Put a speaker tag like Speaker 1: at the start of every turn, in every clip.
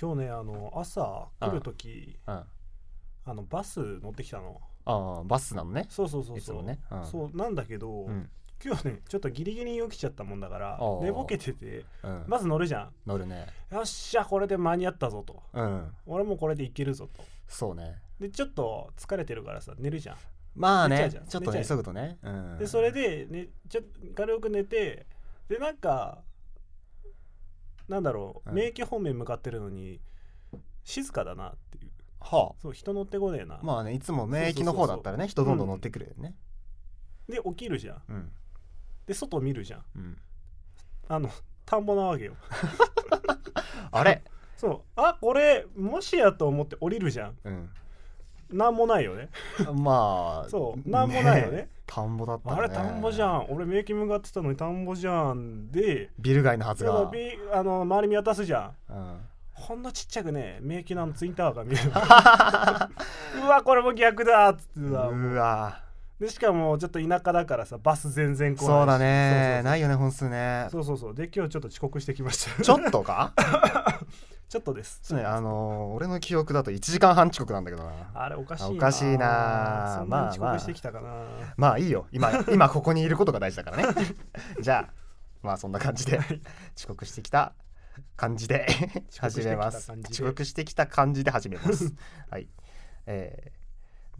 Speaker 1: 今日ねあの朝来る時
Speaker 2: うん、あ
Speaker 1: あのバス乗ってきたの
Speaker 2: あバスなのね
Speaker 1: そうそうそう
Speaker 2: いつ
Speaker 1: そ
Speaker 2: も
Speaker 1: う、
Speaker 2: ね、うん、
Speaker 1: そうなんだけど、
Speaker 2: うん、
Speaker 1: 今日ねちょっとギリギリに起きちゃったもんだから
Speaker 2: おうおう
Speaker 1: 寝ぼけてて
Speaker 2: うん
Speaker 1: まず乗るじゃ
Speaker 2: 乗るね
Speaker 1: んよっしゃこれで間に合ったぞと
Speaker 2: うん
Speaker 1: 俺もこれでいけるぞと
Speaker 2: そうね
Speaker 1: でちょっと疲れてるからさ寝るじゃん
Speaker 2: まあ
Speaker 1: 寝ちゃう
Speaker 2: ねち
Speaker 1: じゃん
Speaker 2: ょっとね
Speaker 1: 寝ちゃ
Speaker 2: 急ぐとね、うん、
Speaker 1: でそれで、ね、ちょ軽く寝てでなんかなんだろう
Speaker 2: うん
Speaker 1: 名家方面向かってるのに静かだなっていう
Speaker 2: は
Speaker 1: そう人乗ってこねえな、
Speaker 2: あまあねいつも免疫の方だったらね人どんどん乗ってくるよね
Speaker 1: で起きるじゃん
Speaker 2: うん
Speaker 1: で外見るじゃん
Speaker 2: うん
Speaker 1: あの田んぼなわけよ
Speaker 2: あれ
Speaker 1: そうあこれもしやと思って降りるじゃん
Speaker 2: うん
Speaker 1: なんもないよね
Speaker 2: まあ
Speaker 1: そうなんもないよね
Speaker 2: え田んぼだったね
Speaker 1: あれ田んぼじゃん俺メイキングがってたのに田んぼじゃんで
Speaker 2: ビル街のはず
Speaker 1: だから
Speaker 2: が、
Speaker 1: ビあの周り見渡すじゃん
Speaker 2: うん、
Speaker 1: ほんのちっちゃくねメイキンのあのツインタワーが見える うわこれも逆だっつって
Speaker 2: う
Speaker 1: さ
Speaker 2: わ
Speaker 1: でしかもちょっと田舎だからさバス全然来ないし
Speaker 2: そうだね
Speaker 1: そうそうそう
Speaker 2: ないよね本数ね
Speaker 1: そうそうそうで今日ちょっと遅刻してきました
Speaker 2: ちょっとか
Speaker 1: ちょっとです
Speaker 2: ちょっとねあのー俺の記憶だと1時間半遅刻なんだけどな
Speaker 1: あれおかしいな
Speaker 2: おかしいな
Speaker 1: そんなに
Speaker 2: まあ
Speaker 1: 遅
Speaker 2: まあ
Speaker 1: 刻してきたかな、
Speaker 2: まあいいよ 今今ここにいることが大事だからね じゃあまあそんな感じで
Speaker 1: はい
Speaker 2: 遅刻してきた感じで始めます
Speaker 1: 遅刻してきた感じで
Speaker 2: 遅刻してきた感じで始めます はいえー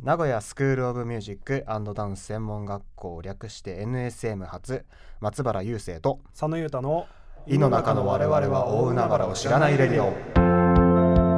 Speaker 2: 名古屋スクール・オブ・ミュージックダンス専門学校略して NSM 初松原雄生と
Speaker 1: 佐野裕太の
Speaker 2: 「井の中の我々は大海原を知らないレディオ」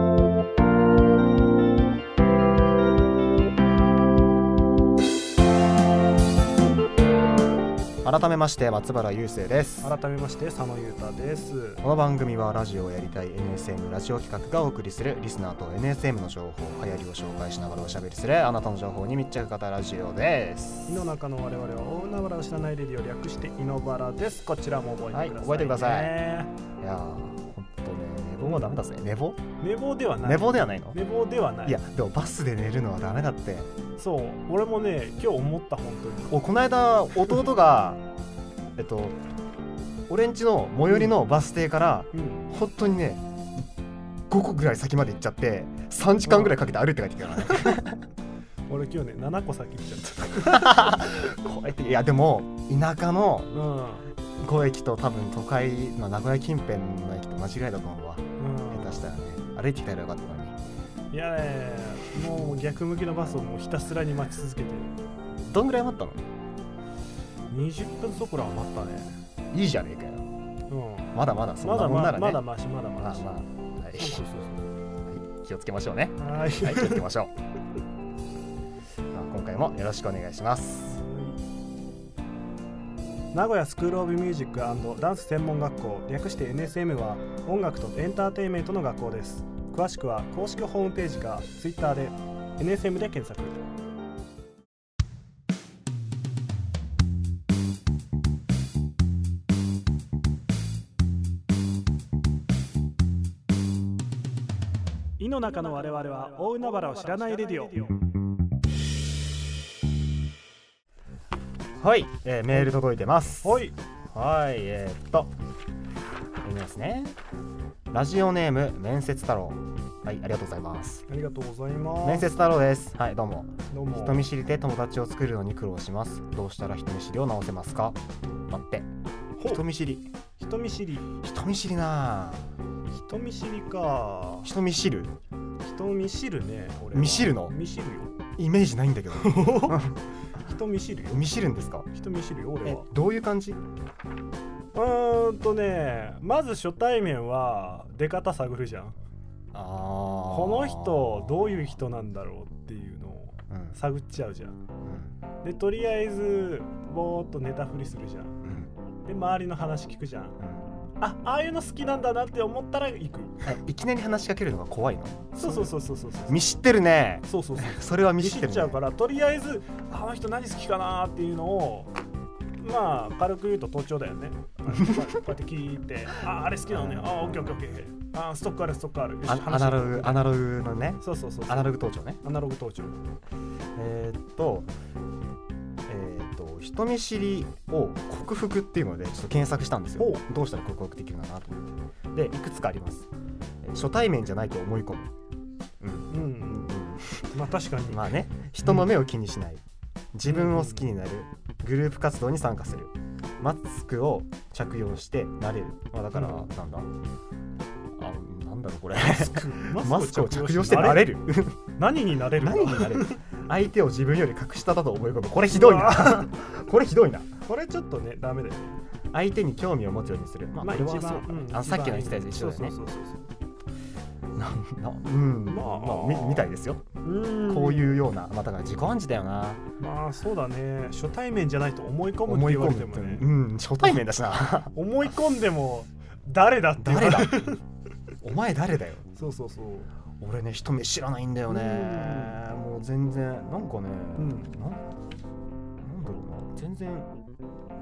Speaker 2: 改めまして松原雄生です
Speaker 1: 改めまして佐野裕太です
Speaker 2: この番組はラジオをやりたい NSM ラジオ企画がお送りするリスナーと NSM の情報流行りを紹介しながらおしゃべりするあなたの情報に密着型ラジオです
Speaker 1: 井の中の我々は大海原を知らないレディを略して井の原ですこちらも覚えてください、ね
Speaker 2: はい覚えてくださいやーほんとね寝坊はダメだぜ寝坊
Speaker 1: 寝坊ではない
Speaker 2: 寝坊ではないの
Speaker 1: 寝坊ではない
Speaker 2: いやでもバスで寝るのはダメだって
Speaker 1: そう俺もね今日思った本当に
Speaker 2: おこの間弟がえっと俺んちの最寄りのバス停から
Speaker 1: うん、
Speaker 2: 本当にね5個ぐらい先まで行っちゃって3時間ぐらいかけて歩いて帰ってきたからね
Speaker 1: 俺今日ね7個先行っちゃった
Speaker 2: こうやっていやでも田舎の
Speaker 1: う
Speaker 2: 5駅と多分都会の名古屋近辺の駅と間違いだと思うわ
Speaker 1: ん、うん
Speaker 2: 下手したらね歩いてきたらよかったのに
Speaker 1: いやねもう逆向きのバスをもうひたすらに待ち続けて
Speaker 2: どんぐらい待ったの
Speaker 1: 20分そこらは待ったね
Speaker 2: いいじゃねえかよ
Speaker 1: う
Speaker 2: まだまだ
Speaker 1: ん
Speaker 2: そ
Speaker 1: ま
Speaker 2: んな
Speaker 1: だ
Speaker 2: もん
Speaker 1: ま
Speaker 2: な
Speaker 1: だ
Speaker 2: らね
Speaker 1: まだましまだま
Speaker 2: まあ
Speaker 1: し、
Speaker 2: まあはい、
Speaker 1: そうそうそう
Speaker 2: はい、気をつけましょうね
Speaker 1: そうはーい、
Speaker 2: はい気をつけましょう まあ今回もよろしくお願いします
Speaker 1: 名古屋スクール・オブ・ミュージックダンス専門学校略して NSM は音楽とエンターテインメントの学校です詳しくは公式ホームページか Twitter で NSM で検索井の中の我々は大海原を知らないレディオ
Speaker 2: はい、えーメール届いてます
Speaker 1: はい
Speaker 2: はいえーっと読みますねラジオネーム面接太郎はいありがとうございます
Speaker 1: ありがとうございます
Speaker 2: 面接太郎ですはいどうも
Speaker 1: どうも
Speaker 2: 人見知りで友達を作るのに苦労しますどうしたら人見知りを直せますか待って
Speaker 1: ほう
Speaker 2: 人見知り
Speaker 1: 人見知り
Speaker 2: 人見知りなあ
Speaker 1: 人見知りか
Speaker 2: 人見知る
Speaker 1: 人見知るね俺は
Speaker 2: 見知るの
Speaker 1: 見知るよ
Speaker 2: イメージないんだけ ど
Speaker 1: 人見知るよ
Speaker 2: 見知るんですか
Speaker 1: 人見知るよ俺
Speaker 2: え
Speaker 1: は
Speaker 2: どういう感じ
Speaker 1: うーんとねまず初対面は出方探るじゃん
Speaker 2: あ
Speaker 1: こ
Speaker 2: こ
Speaker 1: の人どういう、人なんだろうっていうのを
Speaker 2: うん
Speaker 1: 探っちゃうじゃん
Speaker 2: うん
Speaker 1: でとりあえずぼーっと寝たふりするじゃん
Speaker 2: うん
Speaker 1: で周りの話聞くじゃん
Speaker 2: うん
Speaker 1: あああいうの好きなんだなって思ったら行く
Speaker 2: えいきなり話しかけるのが怖いの
Speaker 1: そうそうそうそうそうそう
Speaker 2: 見知ってるね
Speaker 1: そうそうそう
Speaker 2: それは見
Speaker 1: 見
Speaker 2: 知
Speaker 1: 知
Speaker 2: っ
Speaker 1: って
Speaker 2: る、ね、
Speaker 1: ちゃうからとりあえずあの人何好きかなっていうのをまあ軽く言うと盗聴だよねこうやって聞い てああれ好きなのねあオッケーオッケーオッケーあストックあるストックあるよし
Speaker 2: あア
Speaker 1: 話し
Speaker 2: ナ
Speaker 1: よ
Speaker 2: ロ
Speaker 1: う
Speaker 2: グアナログのね
Speaker 1: そうそうそう
Speaker 2: アナログ盗聴ね
Speaker 1: アナログ盗聴
Speaker 2: えーっとえーっと人見知りを克服っていうのでちょっと検索したんですよ
Speaker 1: ほ
Speaker 2: どうしたら克服できるのかなと思ってでいくつかあります初対面じゃないと思い込む、うん
Speaker 1: う
Speaker 2: うんん
Speaker 1: まあ確かに、
Speaker 2: まあね人の目を気にしない自分を好きになるグループ活動に参加するマスクを着用してなれる、まあ、だから
Speaker 1: う
Speaker 2: なんだあなんだろうこ れ
Speaker 1: マスク
Speaker 2: マスクを着用してなれる
Speaker 1: 何になれる
Speaker 2: 何になれる相手を自分より格下だと思い込むこれひどいな これひどいな
Speaker 1: これちょっとねダメだよね
Speaker 2: 相手に興味を持つようにするまあ、これはそうか
Speaker 1: うん
Speaker 2: あのさっきの言ってたやつ一緒だよね
Speaker 1: そうそうそうそう
Speaker 2: なんなうん
Speaker 1: ま
Speaker 2: ま
Speaker 1: あ
Speaker 2: あ、みみたいですよ、
Speaker 1: うん
Speaker 2: こう
Speaker 1: う
Speaker 2: いうようなまあだから自己暗示だよな
Speaker 1: まあそうだね初対面じゃないと思い込むって
Speaker 2: 思い
Speaker 1: 言わ
Speaker 2: 込
Speaker 1: れ
Speaker 2: む
Speaker 1: て
Speaker 2: っ
Speaker 1: も
Speaker 2: て
Speaker 1: ね
Speaker 2: うん初対面だ しな
Speaker 1: 思い込んでも誰だって言われ
Speaker 2: 誰だ お前誰だよ
Speaker 1: そうそうそう
Speaker 2: 俺ね一目知らないんだよね
Speaker 1: うん
Speaker 2: もう全然なんかね、
Speaker 1: うん
Speaker 2: なんなんだろうな全然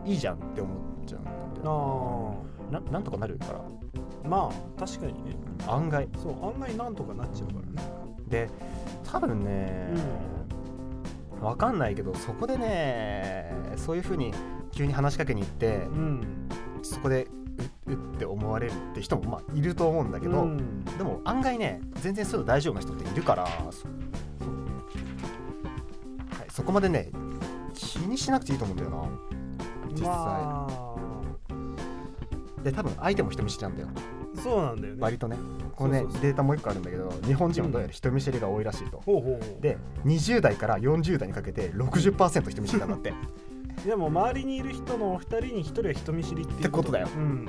Speaker 2: いいじゃんって思っちゃうんだよ
Speaker 1: あ
Speaker 2: ななんとかなるか
Speaker 1: あまあ確かにね
Speaker 2: ら案外
Speaker 1: そう案外なんとかなっちゃうからね
Speaker 2: で多分ね、わかんないけどそこでねそういうふうに急に話しかけに行って
Speaker 1: うん
Speaker 2: そこでううって思われるって人もまあいると思うんだけど、
Speaker 1: うん
Speaker 2: でも案外ね全然そういうの大丈夫な人っているからそはい、そこまでね気にしなくていいと思うんだよな実際、
Speaker 1: ま
Speaker 2: で多分相手も人見知りなんだよ
Speaker 1: あそうなんだよね
Speaker 2: 割とねこれね
Speaker 1: そうそうそう
Speaker 2: データもう一個あるんだけど日本人はどうやら人見知りが多いらしいと、
Speaker 1: ほうほうほう
Speaker 2: で20代から40代にかけて60%人見知りなんだって
Speaker 1: でも周りにいる人のお二人に一人は人見知りっていう
Speaker 2: ってことだよ
Speaker 1: うん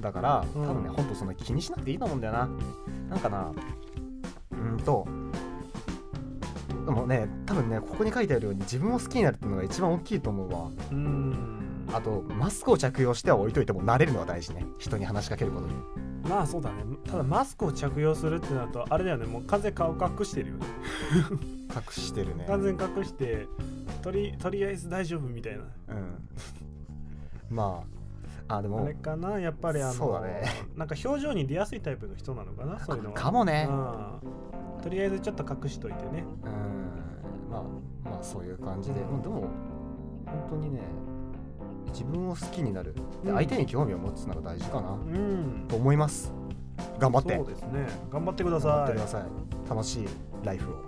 Speaker 2: だから多
Speaker 1: うん
Speaker 2: 分ね、ほんとそんな気にしなくていいと思うんだよななんかなうーんとでもね多分ねここに書いてあるように自分を好きになるっていうのが一番大きいと思うわ
Speaker 1: うん
Speaker 2: あとマスクを着用しては置いといても慣れるのは大事ね人に話しかけることに
Speaker 1: まあそうだねただマスクを着用するってなるとあれだよねもう完全に顔隠してるよね
Speaker 2: 隠してるね
Speaker 1: 完全に隠してとりとりあえず大丈夫みたいな
Speaker 2: うん まああで
Speaker 1: あ
Speaker 2: も
Speaker 1: れかなやっぱりあの
Speaker 2: そうだね
Speaker 1: なんか表情に出やすいタイプの人なのかなそういうのは
Speaker 2: かもね
Speaker 1: うんとりあえずちょっと隠しといてね
Speaker 2: うんまあまあそういう感じで、まあでも本当にね自分を好きになるで
Speaker 1: うん
Speaker 2: 相手に興味を持つのが大事かな、
Speaker 1: うん
Speaker 2: と思います頑張って
Speaker 1: そうですね頑張ってくだ
Speaker 2: 頑張
Speaker 1: さ
Speaker 2: って
Speaker 1: い
Speaker 2: ください楽しいライフを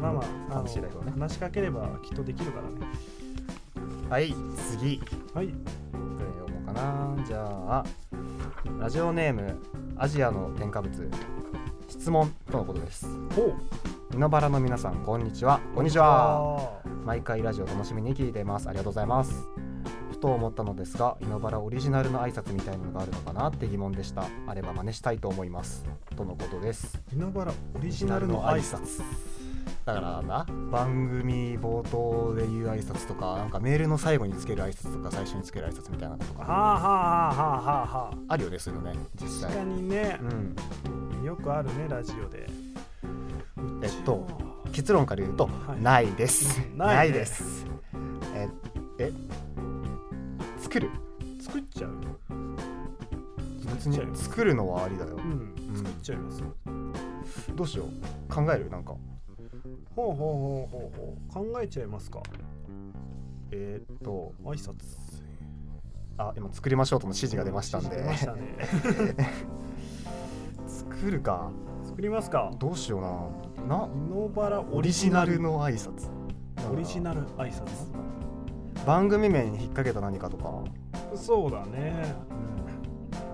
Speaker 1: まあまああの
Speaker 2: 楽しいライフをね
Speaker 1: 話しかければきっとできるからね
Speaker 2: はい次
Speaker 1: はい
Speaker 2: どれ読もうかなじゃあラジオネームアジアの添加物質問とのことです
Speaker 1: ほう
Speaker 2: 海原の皆さんこんにちはこんにちは毎回ラジオ楽しみに聞いていますありがとうございますふと思ったのですが海原オリジナルの挨拶みたいなのがあるのかなって疑問でしたあれば真似したいと思いますとのことです
Speaker 1: 海原オリジナルの挨拶
Speaker 2: だからな番組冒頭で言う挨拶とかなんかメールの最後につける挨拶とか最初につける挨拶みたいなこと
Speaker 1: はあ
Speaker 2: か
Speaker 1: はあはあはあはあ
Speaker 2: あるよねそういうのね実際
Speaker 1: 確かにね
Speaker 2: う、ん
Speaker 1: よくあるねラジオで
Speaker 2: えっと結論から言うと、
Speaker 1: はい
Speaker 2: ないです
Speaker 1: うん
Speaker 2: ない,、
Speaker 1: ないね
Speaker 2: ですええ作る
Speaker 1: 作っちゃう
Speaker 2: 別
Speaker 1: 作っちゃいま
Speaker 2: に
Speaker 1: す
Speaker 2: 作るのはありだよ
Speaker 1: うん
Speaker 2: うん
Speaker 1: 作っちゃいます、
Speaker 2: どうしよう考えるなんか
Speaker 1: ほうほうほうほうほう考えちゃいますか
Speaker 2: えーっと
Speaker 1: 挨拶
Speaker 2: あ今作りましょうとの指示が出ましたん
Speaker 1: 指
Speaker 2: で
Speaker 1: 示出ましたね
Speaker 2: 作るか
Speaker 1: 作ります か
Speaker 2: どうしようなな
Speaker 1: 野原
Speaker 2: オリジナルの挨拶
Speaker 1: オリジナ
Speaker 2: ル
Speaker 1: ル挨拶
Speaker 2: 番組名に引っ掛けた何かとか、
Speaker 1: そうだね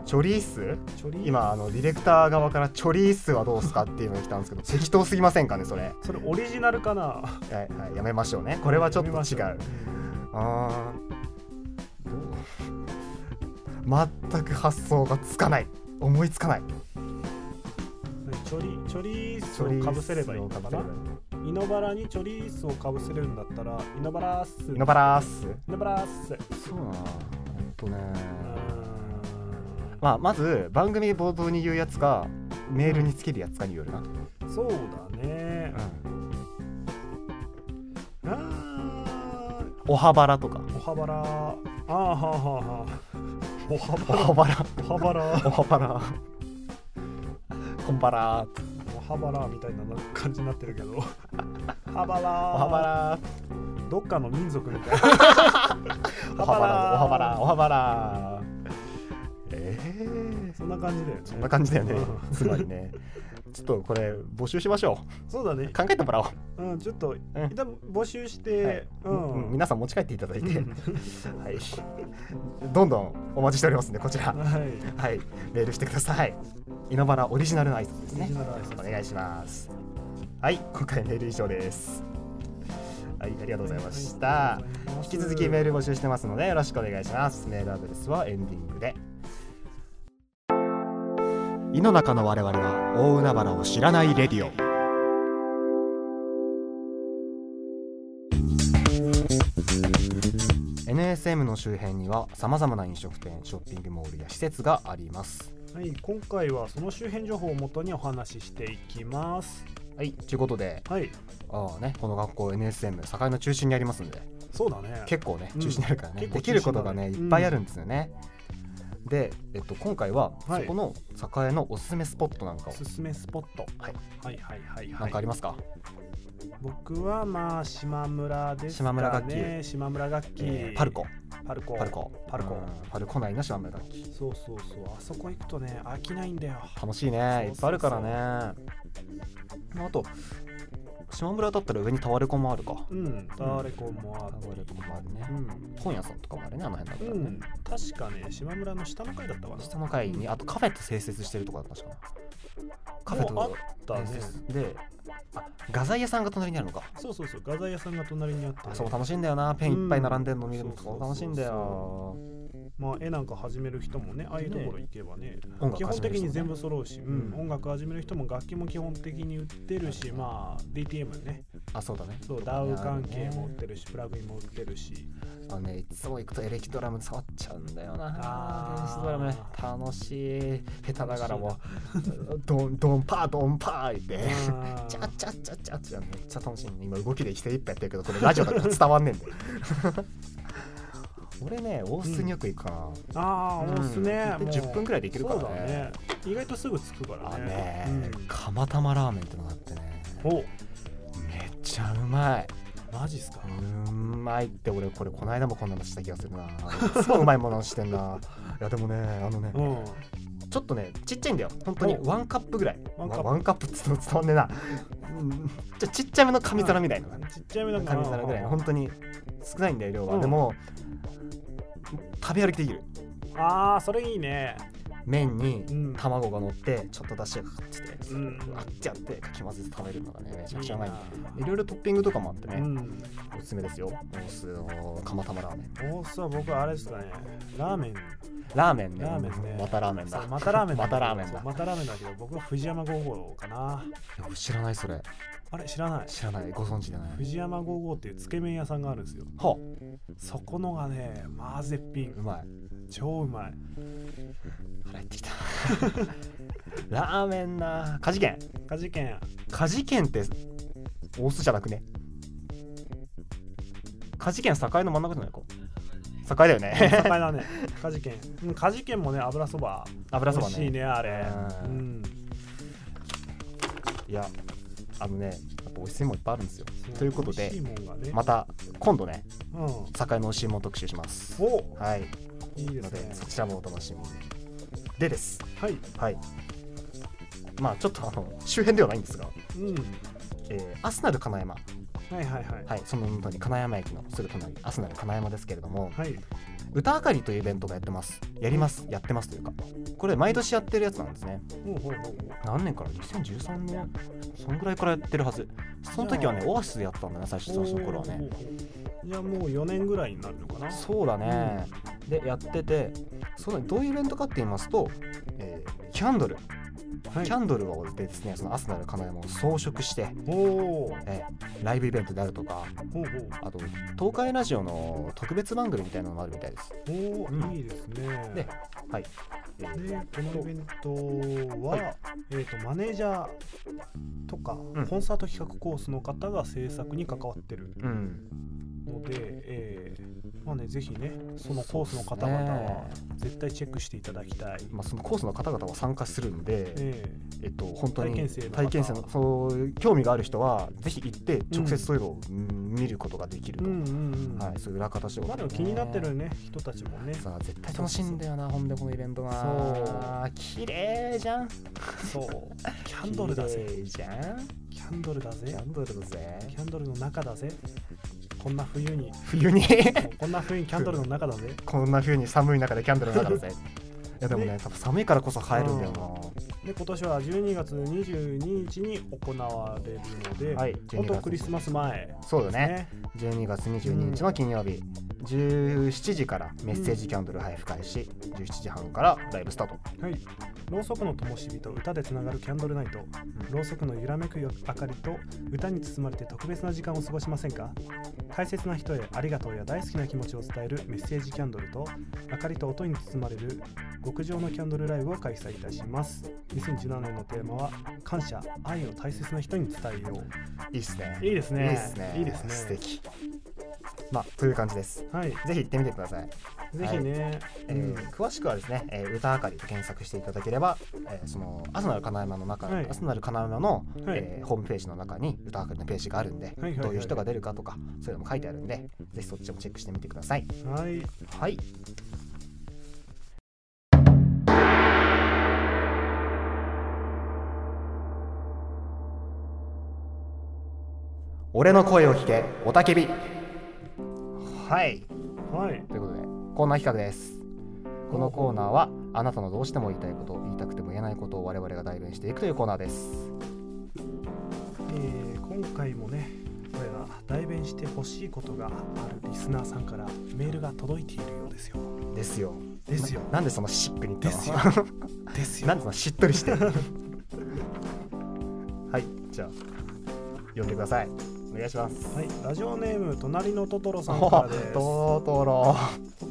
Speaker 2: チョリース
Speaker 1: ちょり
Speaker 2: 今あのディレクター側からチョリースはどうすかっていうのが来たんです けど適当すぎませんかねそれ
Speaker 1: それオリジナルか な
Speaker 2: はい、はい、やめましょうねこれはちょっと違
Speaker 1: やめましょ
Speaker 2: うあーどう全く発想がつかない思いつかない
Speaker 1: チョリチョリースをかぶせればいいのかな稲原にチョリースをかぶせるんだったら稲原っす
Speaker 2: イノバラース
Speaker 1: 稲原っすう
Speaker 2: そうだなえっとね
Speaker 1: ーん
Speaker 2: まあまず番組冒頭に言うやつかメールにつけるやつかによるな、
Speaker 1: そうだね
Speaker 2: うん
Speaker 1: あー
Speaker 2: おはばらとか
Speaker 1: おはばらあーはーはーはーおは
Speaker 2: お
Speaker 1: ばら
Speaker 2: はばら
Speaker 1: おはばら
Speaker 2: おはばらこんばら
Speaker 1: おはばらみたいな感じになってるけど はば
Speaker 2: お
Speaker 1: ら
Speaker 2: はばら
Speaker 1: どっかの民族み たいな
Speaker 2: おはばらおはばらおはばらえええ
Speaker 1: そんな感じだよね
Speaker 2: そんな感じだよね
Speaker 1: うん
Speaker 2: つまりねちょっとこれ募集しましょ
Speaker 1: そうだね
Speaker 2: う考えてもらおう、
Speaker 1: うんちょっと
Speaker 2: うん
Speaker 1: 一旦募集してう
Speaker 2: うん
Speaker 1: ん
Speaker 2: 皆さん持ち帰っていただいて、はい、どんどんお待ちしておりますんでこちら
Speaker 1: はい
Speaker 2: はいメールしてください稲原オリジナルの挨拶で
Speaker 1: オ
Speaker 2: す
Speaker 1: リ
Speaker 2: ね
Speaker 1: ジナル挨拶
Speaker 2: お願いしますはい今回メール以上ですはいありがとうございました、引き続きメー
Speaker 1: ル
Speaker 2: ル募集してますのでよろしくお願いしますメールアドレスはエンディングで井の中の我々は大海原を知らないレディオNSM の周辺にはさまざまな飲食店ショッピングモールや施設があります
Speaker 1: はい今回はその周辺情報をもとにお話ししていきます
Speaker 2: はいということで
Speaker 1: はい
Speaker 2: ああ、ね、この学校 NSM 境の中心にありますんで
Speaker 1: そうだね
Speaker 2: 結構ね
Speaker 1: うん
Speaker 2: 中止になるからね、
Speaker 1: 結構
Speaker 2: できることがね
Speaker 1: 中
Speaker 2: い
Speaker 1: 心だね
Speaker 2: っぱいあるんですよね、で、えっと、今回はそ
Speaker 1: はい
Speaker 2: この栄のおすすめスポットなんかを、
Speaker 1: おすすめスポット
Speaker 2: はい
Speaker 1: はいはいはい
Speaker 2: なんかあ
Speaker 1: は
Speaker 2: り
Speaker 1: い
Speaker 2: ますか、
Speaker 1: 僕はまあ島村ですかね
Speaker 2: 島村楽器
Speaker 1: 島村楽器
Speaker 2: えーパルコ
Speaker 1: パルコ
Speaker 2: パルコ
Speaker 1: パルコ
Speaker 2: うんパルコ内の島村楽器
Speaker 1: そうそうそうあそこ行くとね飽きないんだよ
Speaker 2: 楽しいね
Speaker 1: そう
Speaker 2: いっぱいあるからねまああと島村だったら上にタワレコもあるか
Speaker 1: うんタワレコもあ
Speaker 2: タ
Speaker 1: る
Speaker 2: ワレコもあるね
Speaker 1: うん
Speaker 2: 本屋さんとかもあるねあの辺だったら
Speaker 1: う
Speaker 2: ね、
Speaker 1: ん、確かね島村の下の階だったかな
Speaker 2: 下の階にあとカフェって併設してるとこだったしかなカフェ
Speaker 1: もうあっ
Speaker 2: と
Speaker 1: たね
Speaker 2: 併設であ画材屋さんが隣にあるのか
Speaker 1: そうそうそう画材屋さんが隣にあって、
Speaker 2: あそこ楽しいんだよなペンいっぱい並んでるの見るの
Speaker 1: そうそうそうそう
Speaker 2: 楽しいんだよ
Speaker 1: まあ、絵なんか始める人もねああいうところ行けばね
Speaker 2: 音楽
Speaker 1: 基本
Speaker 2: 始め
Speaker 1: 的
Speaker 2: る人
Speaker 1: に
Speaker 2: も
Speaker 1: 全部揃うし、うん
Speaker 2: うん
Speaker 1: 音楽始める人も楽器も基本的に売ってるしまあ DTM ね
Speaker 2: あそうだね
Speaker 1: そう
Speaker 2: とか
Speaker 1: ダ
Speaker 2: ね
Speaker 1: ウ関係も売っ
Speaker 2: あ
Speaker 1: てるしプラグインも売ってるし
Speaker 2: るねあのねいつも行くとエレキドラム触っちゃうんだよな
Speaker 1: あー
Speaker 2: 電子ドラムね楽しい下手ながらもうドンドンパードンパーって
Speaker 1: あ
Speaker 2: チャ
Speaker 1: ー
Speaker 2: ッチャッチャッチャッチャめっちゃ楽しいね今動きで精一杯やってるけどこれラジオだから伝わんねえんだよ俺ねオースによく行くかな、
Speaker 1: あー
Speaker 2: うん
Speaker 1: 押すね、
Speaker 2: で10分くらいで
Speaker 1: い
Speaker 2: 行けるからね
Speaker 1: そうだね意外とすぐ着くから
Speaker 2: あ
Speaker 1: ね
Speaker 2: ね、釜玉ラーメンってのがあってね
Speaker 1: うん、お
Speaker 2: めっちゃうまい
Speaker 1: マジっすか、
Speaker 2: うまいって俺これこの間もこんなのした気がする なすごいうまいものしてんないやでもねあのね
Speaker 1: うん
Speaker 2: ちょっとねちっちゃいんだよ本当に
Speaker 1: お
Speaker 2: ワンカップぐらい
Speaker 1: ワ
Speaker 2: ワ
Speaker 1: ン
Speaker 2: ン
Speaker 1: カップ
Speaker 2: カップっつうの伝わんねえなうんちょちっちゃめの紙皿みたいな
Speaker 1: ちっちゃめだから
Speaker 2: 紙皿ぐらいの本当に少ないんだよ量
Speaker 1: う
Speaker 2: は
Speaker 1: ん
Speaker 2: でも食べ歩きできる
Speaker 1: ああそれいいね
Speaker 2: 麺に
Speaker 1: うん
Speaker 2: 卵が乗ってちょっと出汁がかかってて
Speaker 1: うん
Speaker 2: あっちゃってかき混ぜて食べるのがねめちゃくちゃうまいい
Speaker 1: い
Speaker 2: ろいろトッピングとかもあって
Speaker 1: いなう
Speaker 2: ね
Speaker 1: ん
Speaker 2: おすすめですよおースの釜玉ラーメン
Speaker 1: 大須は僕あれですかねラーメン
Speaker 2: ラーメンね。
Speaker 1: ラーメンね
Speaker 2: またラーメン
Speaker 1: そ
Speaker 2: だ
Speaker 1: う。またラーメンだ
Speaker 2: またラーメン
Speaker 1: そう
Speaker 2: だ。
Speaker 1: またラーメンだけど僕は藤山5号かな
Speaker 2: 知らないそれ。
Speaker 1: あれ知らない
Speaker 2: 知らない。ご存知でない。
Speaker 1: 藤山5号っていうつけ麺屋さんがあるんですよ
Speaker 2: ほ
Speaker 1: そこのがねまあ絶品
Speaker 2: う。うまい。
Speaker 1: 超うまい
Speaker 2: 腹減って きた。ラーメンな。カジケン。
Speaker 1: かじけん
Speaker 2: カジケンって大須じゃなくね。カジケン境の真ん中じゃないか。境だよ
Speaker 1: 境
Speaker 2: ね。
Speaker 1: だねかじけんうんかじけんもね油そば
Speaker 2: 油
Speaker 1: 美
Speaker 2: そば
Speaker 1: 味しい
Speaker 2: ね。
Speaker 1: ねあれう
Speaker 2: うん
Speaker 1: ん
Speaker 2: いや、あのね、やっぱおいしいもんいっぱいあるんですよ。ということで
Speaker 1: 美味しいもんがね
Speaker 2: また今度ね、
Speaker 1: うん
Speaker 2: 境のおいしいもん特集します。
Speaker 1: お
Speaker 2: はい。
Speaker 1: いいで
Speaker 2: の
Speaker 1: すね
Speaker 2: で、そちらもお楽しみに。でです。
Speaker 1: はい
Speaker 2: はい。まあちょっとあの周辺ではないんですが、
Speaker 1: うん
Speaker 2: えーアスナル金山、
Speaker 1: はいはいはい
Speaker 2: はい、その本に金山駅のすぐ隣、アスナル金山ですけれども、
Speaker 1: はい
Speaker 2: 歌あかりというイベントがやってます。やります、やってますというか、これ毎年やってるやつなんですね。
Speaker 1: ほうほうほうほう
Speaker 2: 何年から2013年、そんぐらいからやってるはず。その時はね
Speaker 1: じ、ゃあ
Speaker 2: オアシスでやってたんだね、最初、最初の頃はね。
Speaker 1: じゃあもう4年ぐらいになるのかな
Speaker 2: そうだね。で、やってて、そのどういうイベントかって言いますと、えーキャンドル、
Speaker 1: はい
Speaker 2: キャンドルを置いてですね、そのアスナル金山を装飾して、
Speaker 1: おお
Speaker 2: えーライブイベントであるとか
Speaker 1: ほうほう
Speaker 2: あと東海ラジオの特別番組みたいなのもあるみたいです
Speaker 1: おお、
Speaker 2: うん
Speaker 1: いいですね。
Speaker 2: ではい、えー
Speaker 1: でこのイベントは、
Speaker 2: はい
Speaker 1: えー、とマネージャーとか、
Speaker 2: ん
Speaker 1: コンサート企画コースの方が制作に関わってる
Speaker 2: うん
Speaker 1: ので、えーままあね、ぜひね、そのコースの方々は絶対チェックしていただきたい。
Speaker 2: まあ、そのコースの方々は参加するんで、
Speaker 1: え
Speaker 2: えっと、本当に
Speaker 1: 体験生の方
Speaker 2: 体験生のそう興味がある人はぜひ行って直接そういうのをうん見ることができる
Speaker 1: え
Speaker 2: と、
Speaker 1: うんうんうん。
Speaker 2: はい、そういう裏方仕事、
Speaker 1: まあでも気になってるね、人たちもね。
Speaker 2: さあ絶対楽しいんだよなほんでこのイベントが綺麗じゃん
Speaker 1: そう。キャンドルだぜ。
Speaker 2: 綺麗じゃん
Speaker 1: キャンドルだ
Speaker 2: キ
Speaker 1: ぜ
Speaker 2: ャ。ンドルだぜ
Speaker 1: キャンドルの中だぜ。こんな冬に、
Speaker 2: 冬に
Speaker 1: こんな冬にキャンドルの中だぜ。
Speaker 2: こんな冬に寒い中でキャンドルの中だぜ いやでもね多分寒いからこそ映えるんだよ
Speaker 1: で、今年は12月22日に行われるので、
Speaker 2: なはい
Speaker 1: 本当クリスマス前。
Speaker 2: そうだね
Speaker 1: ね。
Speaker 2: 12月22日の金曜日17時からメッセージキャンドル配布開始17時半からライブスタート
Speaker 1: はい、ろうそくの灯火と歌でつながるキャンドルナイト、ろうそくの揺らめく明かりと歌に包まれて特別な時間を過ごしませんか大切な人へありがとうや大好きな気持ちを伝えるメッセージキャンドルと明かりと音に包まれる極上のキャンドルライブを開催いたします2017年のテーマは「感謝愛を大切な人に伝えよ
Speaker 2: いいっすね
Speaker 1: う」いいですね
Speaker 2: いいっすね
Speaker 1: いいですね
Speaker 2: 素敵まあという感じです
Speaker 1: はい
Speaker 2: ぜひ行ってみてください
Speaker 1: ぜひね、
Speaker 2: えー詳しくはですね、えー歌あかりと検索していただければ、えーそのアスナル金山の中、
Speaker 1: はい
Speaker 2: アスナル金山の、
Speaker 1: はい
Speaker 2: えーホームページの中に歌あかりのページがあるんで、
Speaker 1: はいはい
Speaker 2: どういう人が出るかとかそういうのも書いてあるんでぜひそっちもチェックしてみてください
Speaker 1: うんはい
Speaker 2: はい俺の声を聞けおたけびはい
Speaker 1: はい
Speaker 2: ということでコーナー企画ですこのコーナーはあなたのどうしても言いたいこと言いたくても言えないことを我々が代弁していくというコーナーです
Speaker 1: えー今回もねこれは代弁してほしいことがあるリスナーさんからメールが届いているようですよ
Speaker 2: ですよ
Speaker 1: ですよ
Speaker 2: ななんでそのシックに言った の
Speaker 1: ですよ ですよ
Speaker 2: なんでそのしっとりしてはいじゃあ読んでくださいお願いします
Speaker 1: はい、ラジオネーム隣のトトロさんからですト
Speaker 2: トトロ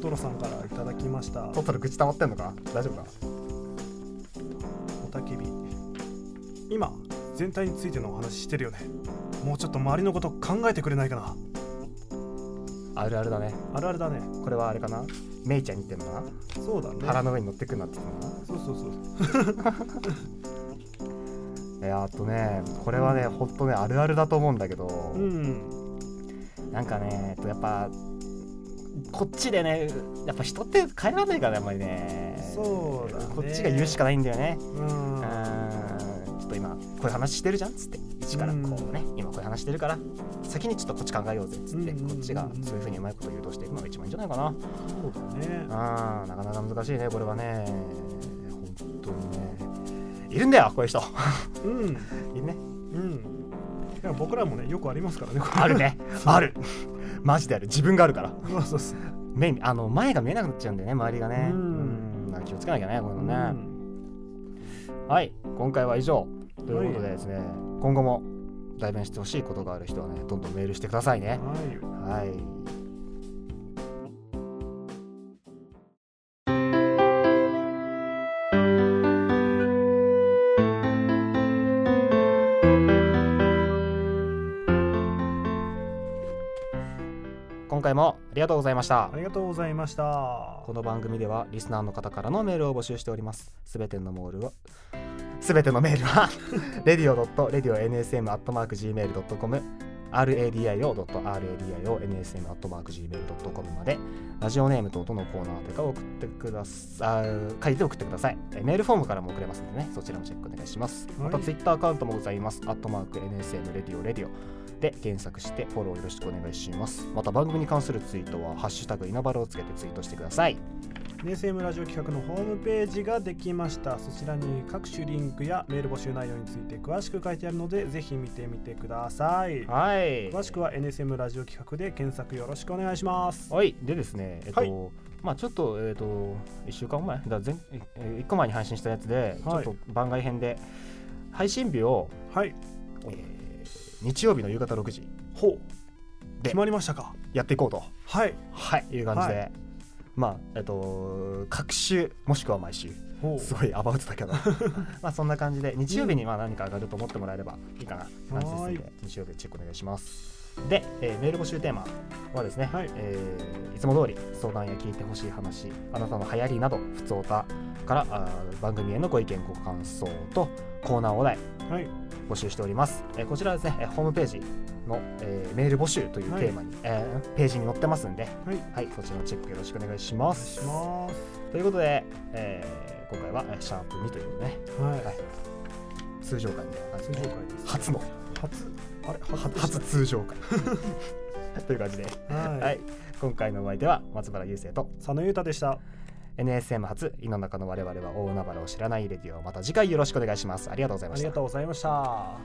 Speaker 1: トロさんからいただきました
Speaker 2: トトロ口溜まってんのか大丈夫か
Speaker 1: おたけび今全体についてのお話ししてるよねもうちょっと周りのこと考えてくれないかな
Speaker 2: あるあるだね
Speaker 1: あるあるだね
Speaker 2: これはあれかなメイちゃんに言ってんのかな、
Speaker 1: そうだね
Speaker 2: 腹の上に乗ってくんなって言ってんのか
Speaker 1: そうそう
Speaker 2: な
Speaker 1: そう
Speaker 2: えー、あとねこれはねほんとねあるあるだと思うんだけど、
Speaker 1: うん
Speaker 2: なんかね、えっとやっぱこっちでね、やっぱ人って帰らないからねあんまりね。
Speaker 1: そうだね
Speaker 2: こっちが言うしかないんだよね。
Speaker 1: うん
Speaker 2: うーん、ちょっと今こういう話してるじゃんっつって、一からこうね、今こういう話してるから、先にちょっとこっち考えようぜっつって、
Speaker 1: うんうんうんうん
Speaker 2: こっちがそういうふうにうまいこと誘導していくのが一番いいんじゃないかな。
Speaker 1: そうだね
Speaker 2: あーなかなか難しいね、これはね。本当にね。いるんだよ、こういう人。
Speaker 1: うん
Speaker 2: いるね。
Speaker 1: うんいや僕らもねよくありますからねこれ
Speaker 2: あるね。ある。マジである。自分があるから。
Speaker 1: そうそうそう
Speaker 2: 目にあの前が見えなくなっちゃうんだよね周りがね
Speaker 1: う
Speaker 2: うんんだから気をつけなきゃねこういううのね、はい今回は以上ということでですね、今後も代弁してほしいことがある人はねどんどんメールしてくださいね
Speaker 1: ん、はい
Speaker 2: はい今回もありがとうございました、
Speaker 1: ありがとうございました。
Speaker 2: この番組ではリスナーの方からのメールを募集しております。すべてのメールは、すべてのメールは、radio.radio.nsm.gmail.com、radio.radio.nsm.gmail.com まで、ラジオネームとどのコーナー宛てかを送ってください、あ書いて送ってください。えメールフォームからも送れますのでね、そちらもチェックお願いします。
Speaker 1: はい
Speaker 2: また、ツイッターアカウントもございます。アットマーク NSM レディオレディオ。で検索してフォローよろしくお願いしますまた番組に関するツイートは「ハッシュタグ稲葉をつけてツイートしてください
Speaker 1: ネセムラジオ企画のホームページができました。そちらに各種リンクやメール募集内容について詳しく書いてあるので、ぜひ見てみてください。
Speaker 2: はい
Speaker 1: 詳しくは NSM ラジオ企画で検索よろしくお願いします。
Speaker 2: はいでですねえっと、
Speaker 1: はい
Speaker 2: まあちょっとえっと1週間前だから前え1個前に配信したやつで、
Speaker 1: はい
Speaker 2: ちょっと番外編で配信日を、
Speaker 1: はい。
Speaker 2: えー日曜日の夕方6時
Speaker 1: ほう。
Speaker 2: で
Speaker 1: 決まりましたか
Speaker 2: やっていこうと
Speaker 1: はい。
Speaker 2: はいいう感じで、
Speaker 1: は
Speaker 2: まあえっと各週もしくは毎週
Speaker 1: ほ
Speaker 2: すごいアバウトだ けどまあそんな感じで日曜日にまあ何か上がると思ってもらえればいいかなって感じですの
Speaker 1: はーい
Speaker 2: で日曜日チェックお願いしますで、えーメール募集テーマはですね、
Speaker 1: はい
Speaker 2: えーいつも通り相談や聞いてほしい話あなたの流行りなど普通歌からあー番組へのご意見ご感想とコーナーお題
Speaker 1: はい
Speaker 2: 募集しております、えーこちらはですねえーホームページの、えーメール募集というテーマに、えーページに載ってますんで、
Speaker 1: はい
Speaker 2: はい、そちらのチェックよろしくお願いします
Speaker 1: します
Speaker 2: ということで、えー今回はえーシャープ2ということでね、
Speaker 1: はい、
Speaker 2: はい通常回みたいな感じ
Speaker 1: 通
Speaker 2: で
Speaker 1: 常
Speaker 2: ね
Speaker 1: 回です
Speaker 2: 初の
Speaker 1: 初あれ初でし
Speaker 2: 初
Speaker 1: た
Speaker 2: 通常回 という感じで、
Speaker 1: はい、
Speaker 2: はい、今回のお相手は松原雄生と
Speaker 1: 佐野裕太でした
Speaker 2: NSM 初井の中の我々は大海原を知らないレディオまた次回よろしくお願いしますありがとうございま
Speaker 1: あ
Speaker 2: し
Speaker 1: り
Speaker 2: た
Speaker 1: がとうございました